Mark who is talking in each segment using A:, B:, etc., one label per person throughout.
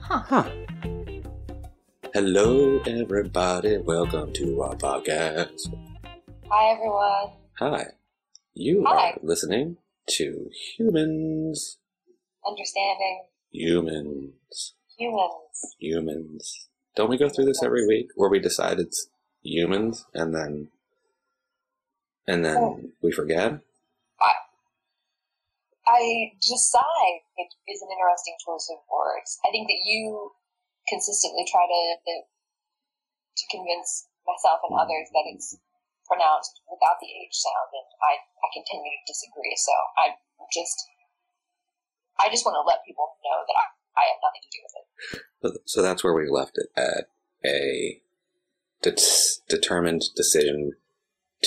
A: Huh.
B: Huh. Hello, everybody. Welcome to our podcast.
C: Hi, everyone.
B: Hi. You
C: Hi.
B: are listening to humans.
C: Understanding
B: Humans.
C: humans.
B: Humans. Don't we go through this every week where we decide it's humans and then and then
C: Oh.
B: we forget?
C: I decide it is an interesting choice of words. I think that you consistently try to to convince myself and others that it's pronounced without the H sound, and I, I continue to disagree. So I just I just want to let people know that I, I have nothing to do with it.
B: So- So that's where we left it at a det- determined decision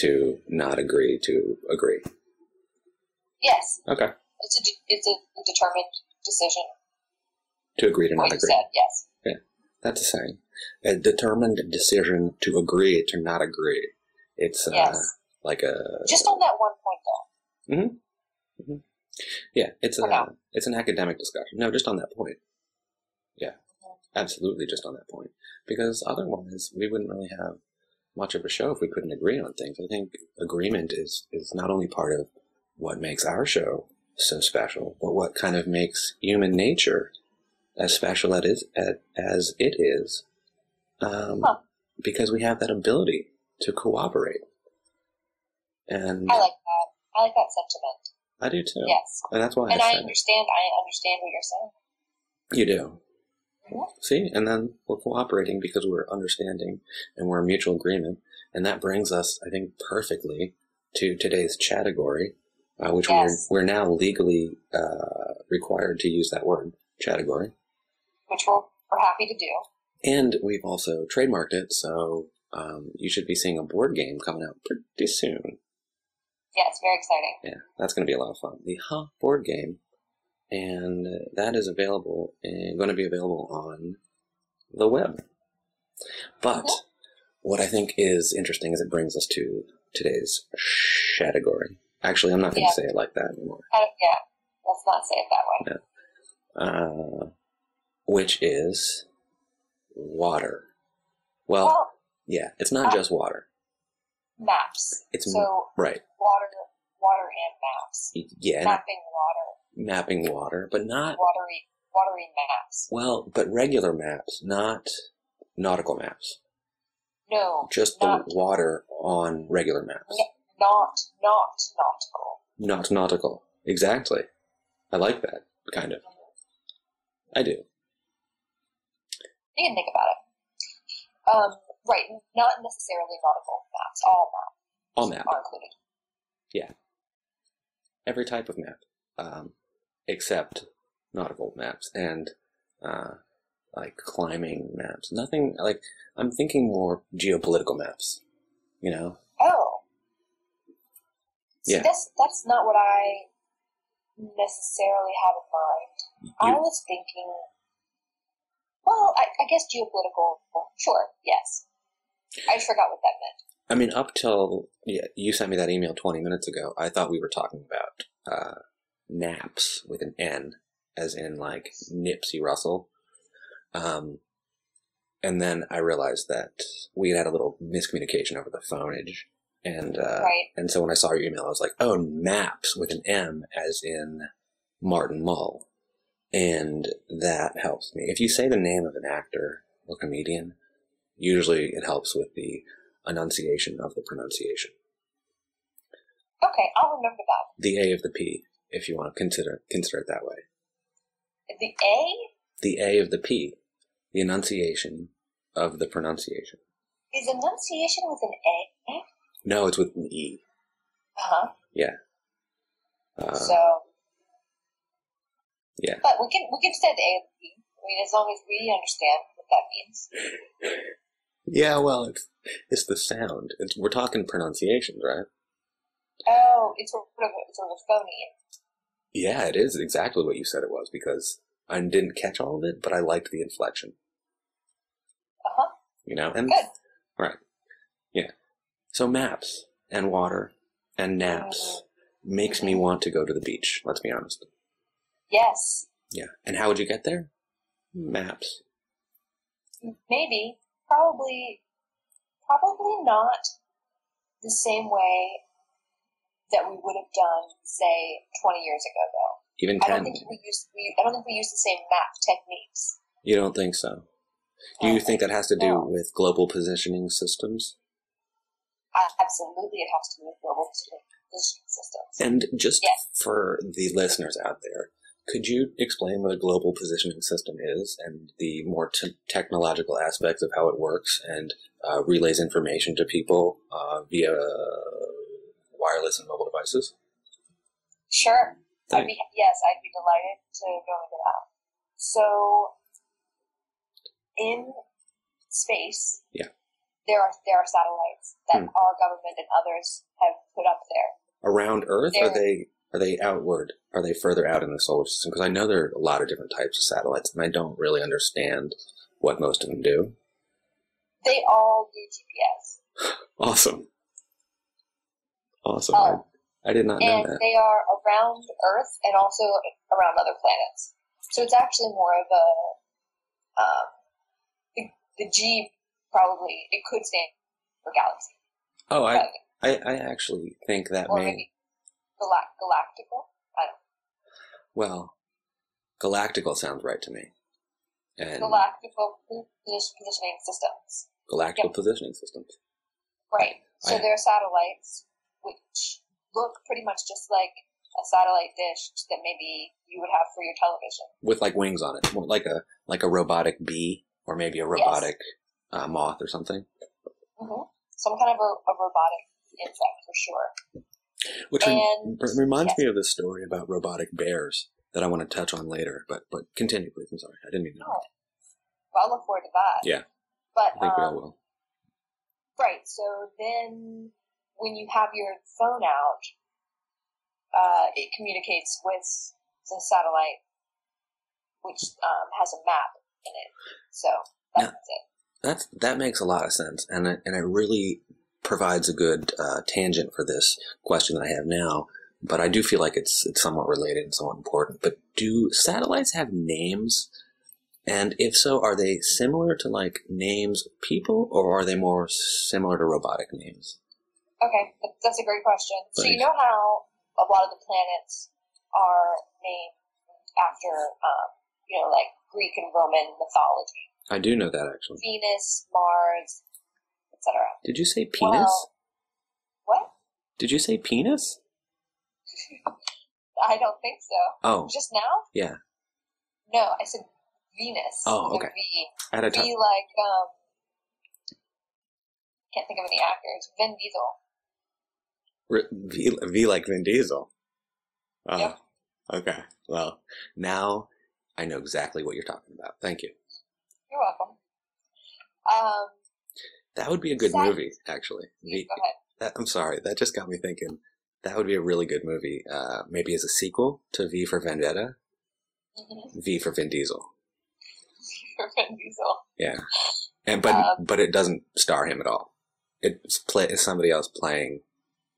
B: to not agree to agree.
C: Yes,
B: Okay.
C: it's a de- it's a determined decision.
B: To agree to
C: What
B: not
C: you
B: agree.
C: said, yes.
B: That's the same. A determined decision to agree to not agree. It's uh,
C: Yes.
B: like a
C: Just on that one point, though.
B: yeah. It's a
C: Okay.
B: it's an academic discussion. No, just on that point. Yeah, absolutely, just on that point. Because otherwise, we wouldn't really have much of a show if we couldn't agree on things. I think agreement is is not only part of what makes our show so special, but what kind of makes human nature as special as it is, at- as it is, um,
C: Huh.
B: because we have that ability to cooperate. And
C: I like that. I like that sentiment.
B: I do too,
C: Yes.
B: and that's why
C: And
B: I
C: I
B: said it.
C: understand. I understand what you're saying.
B: You do.
C: Mhm.
B: See, and then we're cooperating because we're understanding and we're in mutual agreement. And that brings us, I think, perfectly to today's category, uh, which
C: Yes.
B: we're, we're now legally uh, required to use that word, category.
C: which we're, we're happy to do.
B: And we've also trademarked it, so um, you should be seeing a board game coming out pretty soon.
C: Yeah, it's very exciting.
B: Yeah, that's going to be a lot of fun. The Huh board game, and that is available and going to be available on the web. But what I think is interesting is it brings us to today's category. Actually, I'm not going
C: Yeah.
B: to say it like that anymore.
C: Kind of, yeah, let's not say it that way.
B: Uh, which is water. Well,
C: Oh,
B: yeah, it's not just water,
C: maps.
B: It's m-
C: so
B: right?
C: water, water and maps.
B: Yeah,
C: Mapping water,
B: mapping water, but not
C: watery, watery maps.
B: well, but regular maps, not nautical maps.
C: No,
B: just the
C: not,
B: water on regular maps.
C: Yeah. not, not nautical.
B: Not nautical. Exactly. I like that, kind of. I do.
C: You can think about it. Um, right, not necessarily nautical maps. All maps
B: All map.
C: are included.
B: Every type of map. Um, except nautical maps and uh, like climbing maps. Nothing like I'm thinking more geopolitical maps. You know?
C: Oh. See,
B: Yeah.
C: that's that's not what I necessarily had in mind. I was thinking, well, I, I guess geopolitical. Sure, yes. I just forgot what that meant.
B: I mean, up till yeah, you sent me that email 20 minutes ago, I thought we were talking about uh, naps with an N, as in like Nipsey Russell. Um, and then I realized that we had had a little miscommunication over the phoneage. And uh,
C: Right.
B: and so when I saw your email, I was like, oh, maps with an M, as in Martin Mull. And that helps me. If you say the name of an actor or comedian, usually it helps with the enunciation of the pronunciation.
C: Okay, I'll remember that.
B: The A of the P, if you want to consider consider it that way.
C: The A.
B: The A of the P, the enunciation of the pronunciation.
C: Is enunciation with an A?
B: No, it's with an E.
C: Uh-huh.
B: Uh,
C: so.
B: yeah.
C: But we can we can say the A and the B. I mean, as long as we understand what that means.
B: yeah, well, it's it's the sound. It's, we're talking pronunciations, right?
C: Oh, it's sort of it's sort of phony.
B: Yeah, it is exactly what you said it was because I didn't catch all of it, but I liked the inflection.
C: Uh huh.
B: You know, and
C: Good.
B: right, yeah. So maps and water and
C: Mm.
B: naps makes me want to go to the beach. Let's be honest.
C: Yes.
B: Yeah. And how would you get there?
C: Hmm.
B: Maps.
C: Maybe, probably, probably not the same way that we would have done, say, 20 years ago, though.
B: Even
C: I
B: 10.
C: don't think we use we, I don't think we use the same map techniques.
B: You don't think so? Do you
C: Um,
B: think that has to do
C: No.
B: with global positioning systems?
C: I, absolutely, it has to do with global distribution systems.
B: And just
C: Yes.
B: for the listeners out there, could you explain what a global positioning system is and the more t- technological aspects of how it works and uh, relays information to people uh, via wireless and mobile devices?
C: Sure. I'd
B: Thank-
C: be, yes, I'd be delighted to go into that. So, in space,
B: Yeah. Hmm.
C: there are there are satellites that our government and others have put up there.
B: Around Earth, are
C: There-
B: they are they outward? Are they further out in the solar system? Because I know there are a lot of different types of satellites, and I don't really understand what most of them do.
C: They all do GPS,
B: Awesome, awesome!
C: Oh.
B: I, I did not know
C: and
B: that.
C: they are around Earth and also around other planets. So it's actually more of a um, the, the G probably it could stand for galaxy,
B: Oh, I,
C: but-
B: I, I actually think that
C: or
B: may
C: maybe galact- galactical.
B: well, galactical sounds right to me, and
C: galactical position- positioning systems.
B: galactical positioning systems.
C: Right. So
B: I-
C: there are satellites which look pretty much just like a satellite dish that maybe you would have for your television.
B: with like wings on it, more like a like a robotic bee or maybe a robotic uh, moth or something, Mm-hmm.
C: hmm Some kind of a, a robotic insect for sure.
B: which rem-
C: And
B: r- reminds
C: yes.
B: me of this story about robotic bears that I want to touch on later. But but continue, please. I'm sorry, I didn't mean to. interrupt.
C: I'll look forward to that.
B: Yeah.
C: But
B: I think we all
C: um,
B: will.
C: Right. So then, when you have your phone out, uh, it communicates with the satellite, which um, has a map in it. So that's it.
B: That's that makes a lot of sense, and it, and it really provides a good uh, tangent for this question that I have now. But I do feel like it's it's somewhat related and somewhat important. But do satellites have names? And if so, are they similar to like names of people, or are they more similar to robotic names?
C: Okay, that- that's a great question. So you
B: Thanks.
C: know how a lot of the planets are named after, um, you know, like Greek and Roman mythology:
B: I do know that actually.
C: Venus, Mars, etc.
B: Did you say penis?
C: Well- What?
B: Did you say penis?
C: I don't think so.
B: Oh,
C: Just now?
B: Yeah.
C: No, I said Venus.
B: Oh,
C: with a
B: okay.
C: V.
B: at a time.
C: be like um can't think of any actors. Vin Diesel.
B: V, v like Vin Diesel. Oh,
C: Yep.
B: okay. Well, now I know exactly what you're talking about. Thank you.
C: You're welcome. Um
B: That would be a good
C: Exactly.
B: movie, actually.
C: you
B: V,
C: go ahead.
B: that, I'm sorry. That just got me thinking. That would be a really good movie. Uh, maybe as a sequel to V for Vendetta,
C: Mhm.
B: V for Vin Diesel.
C: Vin Diesel.
B: And but
C: Um,
B: but it doesn't star him at all. It's play it's somebody else playing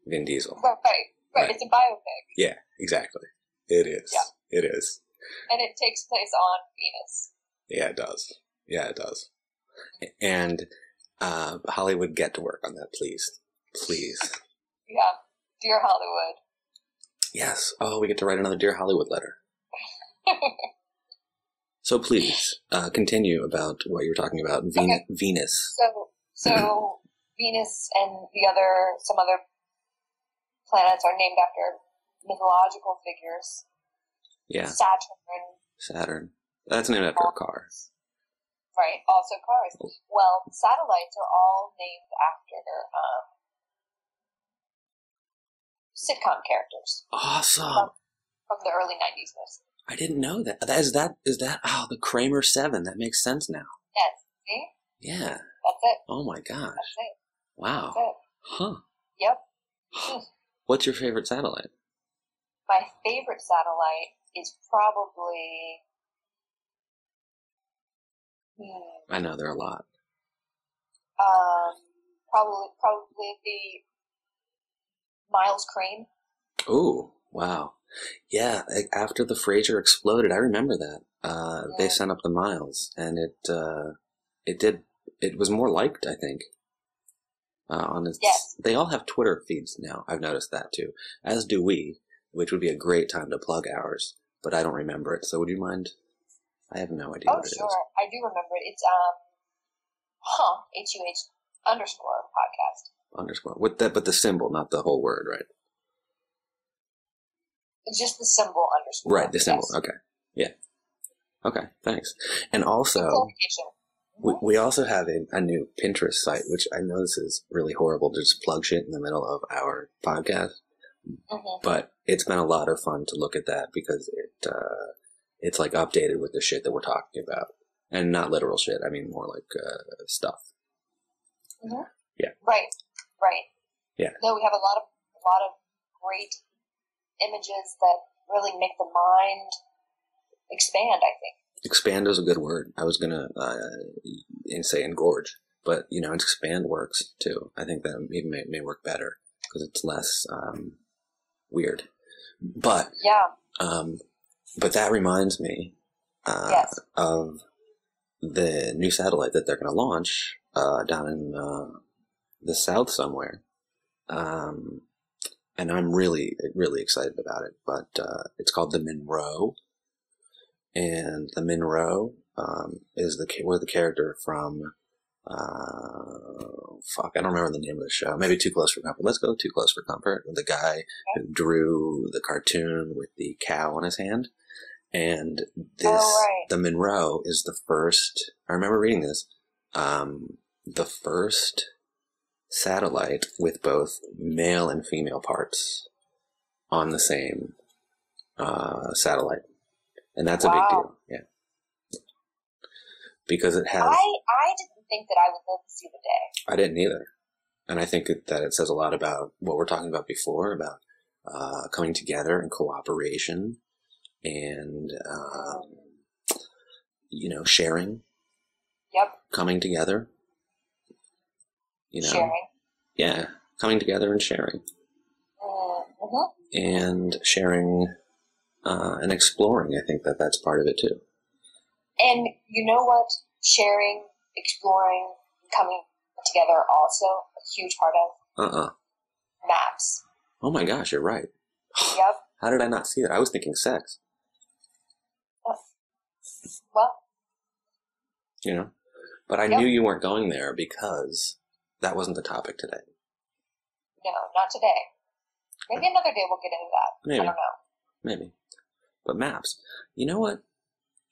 B: Vin Diesel.
C: Right, right,
B: Right.
C: right. It's a biopic
B: Exactly. It is. It is.
C: and it takes place on Venus.
B: Yeah, it does. Yeah, it does. And uh, Hollywood, get to work on that, please, please.
C: Yeah. Dear Hollywood.
B: Yes. Oh, we get to write another Dear Hollywood letter. So please uh, continue about what you were talking about, Ven-
C: Okay.
B: Venus.
C: So so Venus and the other some other planets are named after mythological figures.
B: Yeah,
C: Saturn,
B: Saturn. That's named after a car.
C: Right, also cars. Well, satellites are all named after um, sitcom characters
B: Awesome.
C: from the early 90s. mostly.
B: I didn't know that. That is that. Is that? Oh, the Kramer Seven. That makes sense now.
C: Yes, see?
B: Yeah.
C: That's it.
B: Oh my gosh.
C: That's it. That's
B: Wow.
C: it.
B: Huh.
C: Yep.
B: What's your favorite satellite?
C: My favorite satellite is probably. Hmm,
B: I know there are a lot.
C: um, probably, probably the Miles Crane.
B: Oh, wow. Yeah, like, after the Fraser exploded, I remember that. Uh,
C: Yeah.
B: They sent up the miles, and it uh, it did. It was more liked, I think. Uh, on its,
C: Yes.
B: they all have Twitter feeds now. I've noticed that too, as do we, which would be a great time to plug ours. But I don't remember it, so would you mind? I have no idea
C: Oh,
B: what it is.
C: sure. I do remember it. It's, um, huh, H-U-H underscore podcast.
B: Underscore. With that, but the symbol, not the whole word, right?
C: It's just the symbol underscore.
B: Right, the symbol.
C: Yes.
B: Okay. Yeah. Okay. Thanks. And also.
C: Clarification.
B: Oh. We, we also have a, a new Pinterest site, which I know this is really horrible to just plug shit in the middle of our podcast,
C: Mhm.
B: but it's been a lot of fun to look at that because it uh, it's like updated with the shit that we're talking about, and not literal shit. I mean more like uh, stuff.
C: Right, right.
B: Yeah.
C: No, we have a lot of a lot of great images that really make the mind expand. I think.
B: Expand is a good word. I was gonna uh, and say engorge, but you know expand works too. I think that even may, may work better because it's less um, weird. But
C: Yeah.
B: Um, but that reminds me uh,
C: Yes.
B: of the new satellite that they're going to launch uh, down in uh, the south somewhere. Um, and I'm really, really excited about it. But uh, it's called the Monroe. And the Monroe um, is the ca- where the character from. Uh, fuck, I don't remember the name of the show. Maybe Too Close for Comfort. Let's go Too Close for Comfort. The guy who drew the cartoon with the cow on his hand. And this,
C: Oh, right.
B: the Monroe is the first, I remember reading this, um, the first satellite with both male and female parts on the same uh, satellite. And that's a big
C: Wow.
B: deal. Yeah. Because it has,
C: I
B: I,
C: I didn't think that I would live to see the day.
B: didn't either. And I think that it says a lot about what we're talking about before about uh, coming together and cooperation and, uh, you know, sharing,
C: Yep.
B: coming together. You know,
C: Sharing.
B: yeah, coming together and sharing.
C: Mm-hmm.
B: and sharing uh, and exploring. I think that that's part of it too.
C: And you know what? Sharing, exploring, coming together are also a huge part of
B: Uh uh
C: maps.
B: Oh my gosh, you're right.
C: Yep.
B: How did I not see that? I was thinking sex,
C: Well,
B: you know? But I
C: Yep.
B: knew you weren't going there because that wasn't the topic today.
C: no, not today. Maybe another day we'll get into that. I
B: Maybe,
C: don't know.
B: maybe. But maps. You know what?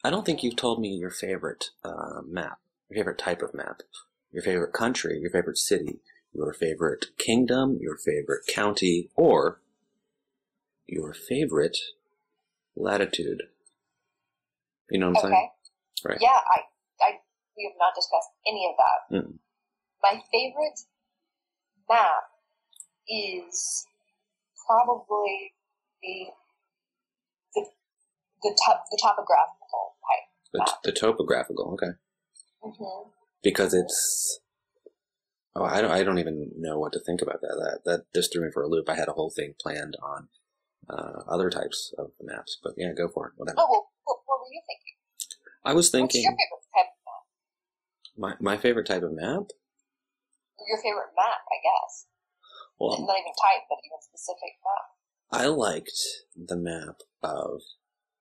B: I don't think you've told me your favorite uh, map, your favorite type of map, your favorite country, your favorite city, your favorite kingdom, your favorite county, or your favorite latitude. You know what I'm
C: Okay.
B: saying? Right.
C: Yeah, I, I, we have not discussed any of that.
B: Mm.
C: My favorite map is probably the the the top the topographical type.
B: The, the topographical. Okay.
C: hmm
B: Because it's. Oh, I don't. I don't even know what to think about that. That that just threw me for a loop. I had a whole thing planned on uh, other types of maps, but yeah, go for it. Whatever.
C: Oh well, what, what were you thinking?
B: I was
C: What's your
B: thinking
C: favorite type of map?
B: my my favorite type of map.
C: Your favorite map, I guess.
B: Well,
C: Not even type, but even specific map.
B: I liked the map of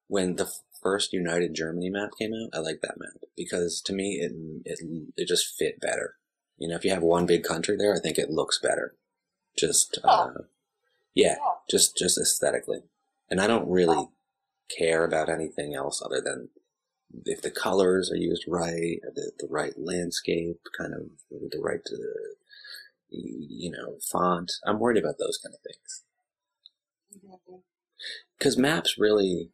B: when the first United Germany map came out. I liked that map because to me it it it just fit better. You know, if you have one big country there, I think it looks better. Just uh, yeah,
C: Yeah.
B: just just aesthetically. And I don't really care about anything else other than if the colors are used right, the the right landscape, kind of the right uh, you know font. I'm worried about those kind of things
C: Mhm.
B: because maps really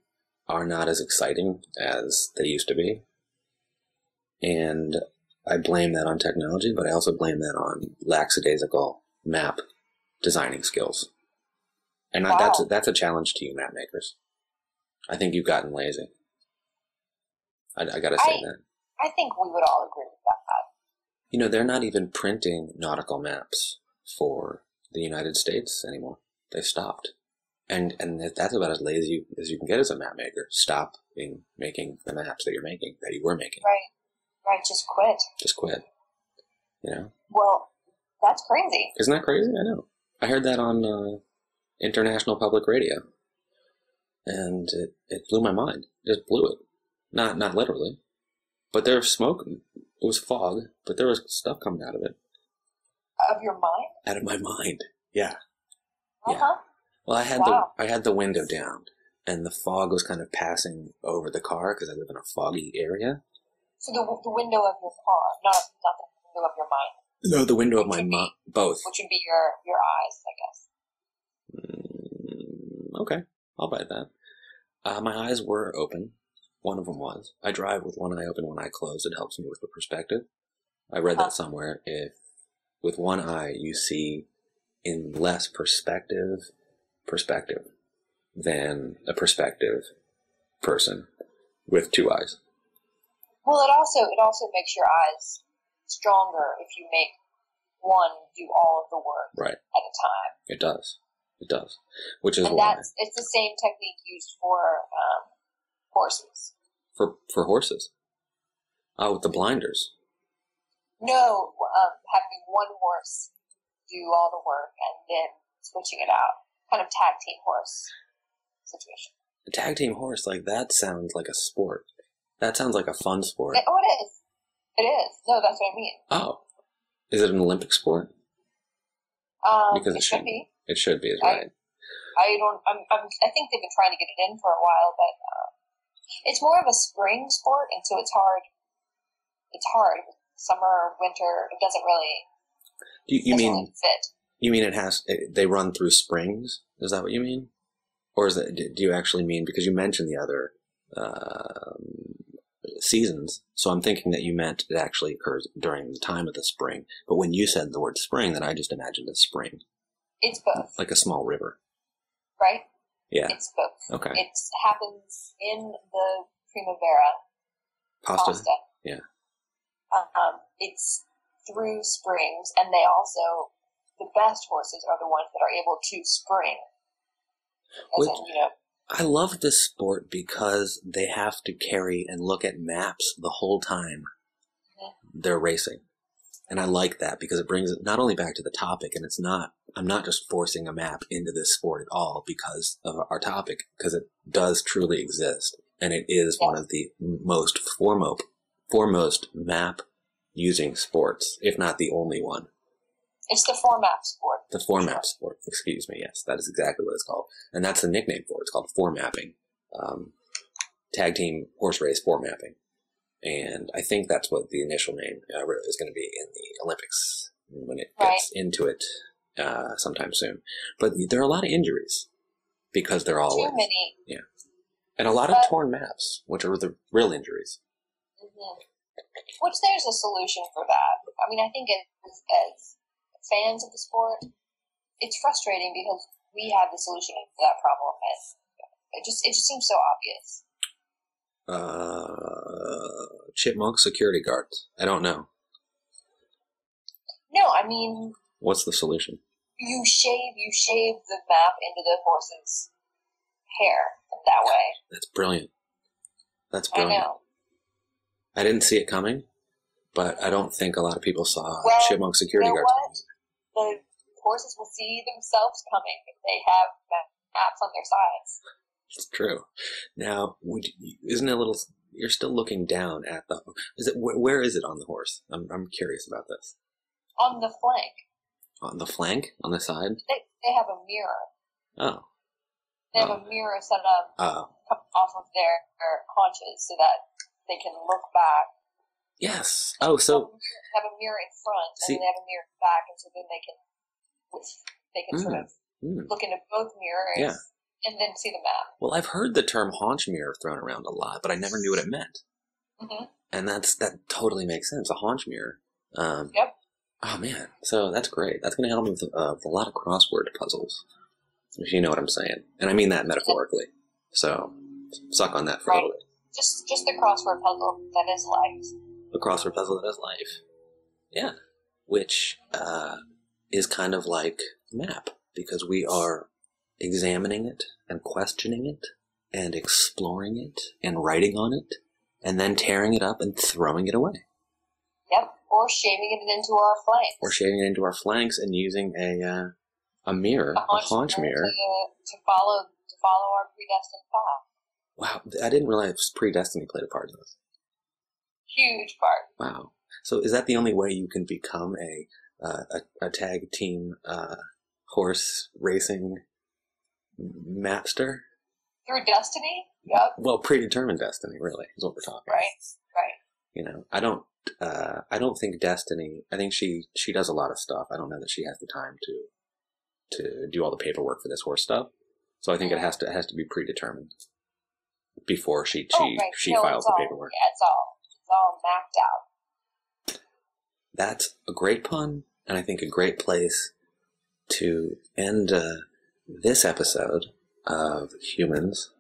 B: are not as exciting as they used to be. And I blame that on technology, but I also blame that on lackadaisical map designing skills. And I- that's,
C: Wow.
B: that's a challenge to you, map makers. I think you've gotten lazy. I, I gotta say
C: I-
B: that.
C: I think we would all agree with that.
B: You know, they're not even printing nautical maps for the United States anymore. They stopped. And and that- that's about as lazy as you can get as a map maker. Stop being, making the maps that you're making that you were making.
C: Right. Right. Just quit.
B: Just quit. You know,
C: Well, that's crazy.
B: isn't that crazy? I know. I heard that on uh, international public radio, and it, it blew my mind. It just blew it. Not not literally, but there was smoke. It was fog, but there was stuff coming out of it,
C: Of your mind?
B: out of my mind. Yeah.
C: Uh huh.
B: Well, I had
C: Wow.
B: the I had the window down, and the fog was kind of passing over the car because I live in a foggy area.
C: So the, the window of your car, not, not the window of your mind,
B: No, the window of my mind. Both.
C: which would be your, your eyes, I guess.
B: Mm, okay, I'll buy that. Uh, my eyes were open. One of them was. I drive with one eye open, one eye closed. It helps me with the perspective. I read
C: Huh.
B: that somewhere. If with one eye you see in less perspective, perspective than a perspective person with two eyes.
C: Well, it also it also makes your eyes stronger if you make one do all of the work
B: Right.
C: at a time,
B: It does. It does. Which is
C: and
B: why
C: that's it's the same technique used for um, horses.
B: for for horses. Oh, with the blinders.
C: No, um, having one horse do all the work and then switching it out, kind of tag team horse situation.
B: A tag team horse like that sounds like a sport. That sounds like a fun sport.
C: It- oh, it is. It is. No, that's what I mean.
B: Oh, is it an Olympic sport?
C: Um,
B: Because it
C: it should
B: shouldn't.
C: be.
B: It should be, is
C: I-
B: right.
C: I don't. I'm, I'm. I think they've been trying to get it in for a while, but uh, it's more of a spring sport, and so it's hard. It's hard. Summer, winter, it doesn't really.
B: Do you, you
C: doesn't
B: mean
C: really fit?
B: you mean it has it, they run through springs? Is that what you mean? Or is that do do you actually mean because you mentioned the other um, seasons? So I'm thinking that you meant it actually occurs during the time of the spring. But when you said the word spring, then I just imagined a spring,
C: It's both,
B: like a small river.
C: right?
B: Yeah.
C: It's both.
B: Okay.
C: It happens in the primavera,
B: Pasta.
C: Costa.
B: Yeah.
C: Um, it's through springs, and they also the best horses are the ones that are able to spring. As
B: Which-
C: in, you know,
B: I love this sport because they have to carry and look at maps the whole time
C: Mhm.
B: they're racing. And I like that because it brings it not only back to the topic, and it's not, I'm not just forcing a map into this sport at all because of our topic, because it does truly exist. And it is one of the most foremost, foremost map using sports, if not the only one.
C: it's the four map sport.
B: The four map sport, excuse me. Yes, that is exactly what it's called, and that's the nickname for it. It's called four mapping, um, tag team horse race four mapping, and I think that's what the initial name uh, really is going to be in the Olympics when it
C: Right.
B: gets into it uh, sometime soon. But there are a lot of injuries because they're all
C: Too many.
B: and a lot of
C: But-
B: torn maps, which are the real injuries.
C: hmm Which there's a solution for that. I mean, I think as, as fans of the sport, it's frustrating because we have the solution to that problem, and it just it just seems so obvious.
B: Uh, chipmunk security guards. I don't know
C: No, I mean
B: what's the solution.
C: you shave you shave the map into the horse's hair that way.
B: That's brilliant. That's
C: I
B: brilliant.
C: know.
B: I didn't see it coming, but I don't think a lot of people saw
C: Well,
B: Chipmunk security
C: you know
B: guards.
C: The horses will see themselves coming if they have ma- maps on their sides.
B: It's true. Now, would you, isn't it a little? You're still looking down at the. Is it wh- where is it on the horse? I'm I'm curious about this.
C: On the flank,
B: On the flank, on the side.
C: they, they have a mirror.
B: Oh,
C: They have a
B: Uh-huh.
C: mirror set up
B: uh,
C: come off of their, their haunches so that they can look back.
B: yes. Oh, so
C: Have a mirror in front, and
B: See-
C: then they have a mirror back, and so then they can they can sort
B: Mm,
C: of
B: mm.
C: look into both mirrors
B: Yeah.
C: and then see the map.
B: well, I've heard the term haunch mirror thrown around a lot, but I never knew what it meant.
C: hmm
B: and that's that totally makes sense. A haunch mirror. Um,
C: Yep.
B: Oh man, so that's great. That's going to help me with, uh, with a lot of crossword puzzles, if you know what I'm saying, and I mean that metaphorically. So suck on that for a little bit.
C: Just just the crossword puzzle that is life.
B: A crossword puzzle that is life. Yeah, which uh, is kind of like a map because we are examining it and questioning it and exploring it and writing on it and then tearing it up and throwing it away
C: Yep. Or shaving it into our flanks.
B: or shaving it into our flanks and using a uh, a mirror, a haunch mirror.
C: To, to follow to follow our predestined path.
B: Wow, I didn't realize predestiny played a part in this.
C: Huge part.
B: Wow. So is that the only way you can become a uh, a, a tag team uh, horse racing mapster?
C: Through destiny. Yep.
B: Well, predetermined destiny, really, is what we're talking. about.
C: Right. Right.
B: You know, I don't. Uh, I don't think Destiny. I think she she does a lot of stuff. I don't know that she has the time to to do all the paperwork for this horse stuff. So I think it has to it has to be predetermined before she she
C: Oh, right.
B: she
C: No,
B: files
C: it's
B: the
C: all-
B: paperwork.
C: Yeah, it's all it's all mapped out.
B: that's a great pun, and I think a great place to end uh, this episode of Humans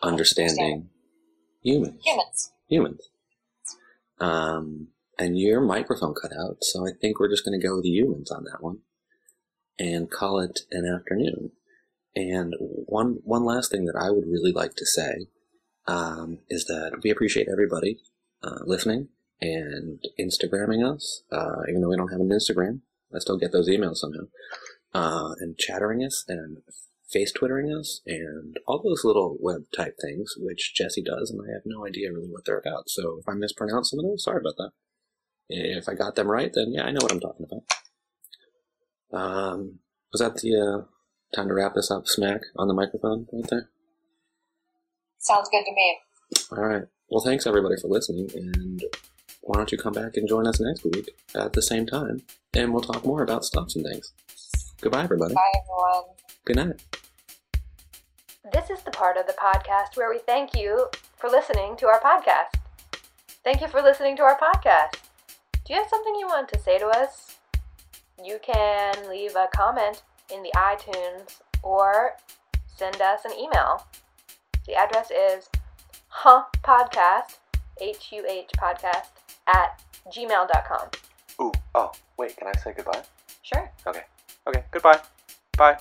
B: Understanding Humans.
C: Humans.
B: Humans. Um, and your microphone cut out, so I think we're just going to go with humans on that one and call it an afternoon. And one one last thing that I would really like to say um, is that we appreciate everybody uh, listening and Instagramming us, uh, even though we don't have an Instagram. I still get those emails somehow, uh, and chattering us and face twittering us and all those little web type things, which Jesse does, and I have no idea really what they're about. So if I mispronounce some of them, sorry about that. If I got them right, then yeah, I know what I'm talking about. Um, was that the uh, time to wrap this up? Smack on the microphone right there.
C: Sounds good to me.
B: All right. Well, thanks everybody for listening, and why don't you come back and join us next week at the same time, and we'll talk more about stuffs and things. Goodbye, everybody.
C: Bye everyone.
B: Good night.
A: This is the part of the podcast where we thank you for listening to our podcast. Thank you for listening to our podcast. Do you have something you want to say to us? You can leave a comment in the iTunes or send us an email. The address is huhpodcast, H-U-H podcast, at gmail.com.
D: Ooh, oh, wait, can I say goodbye?
A: Sure.
D: Okay, goodbye. Bye.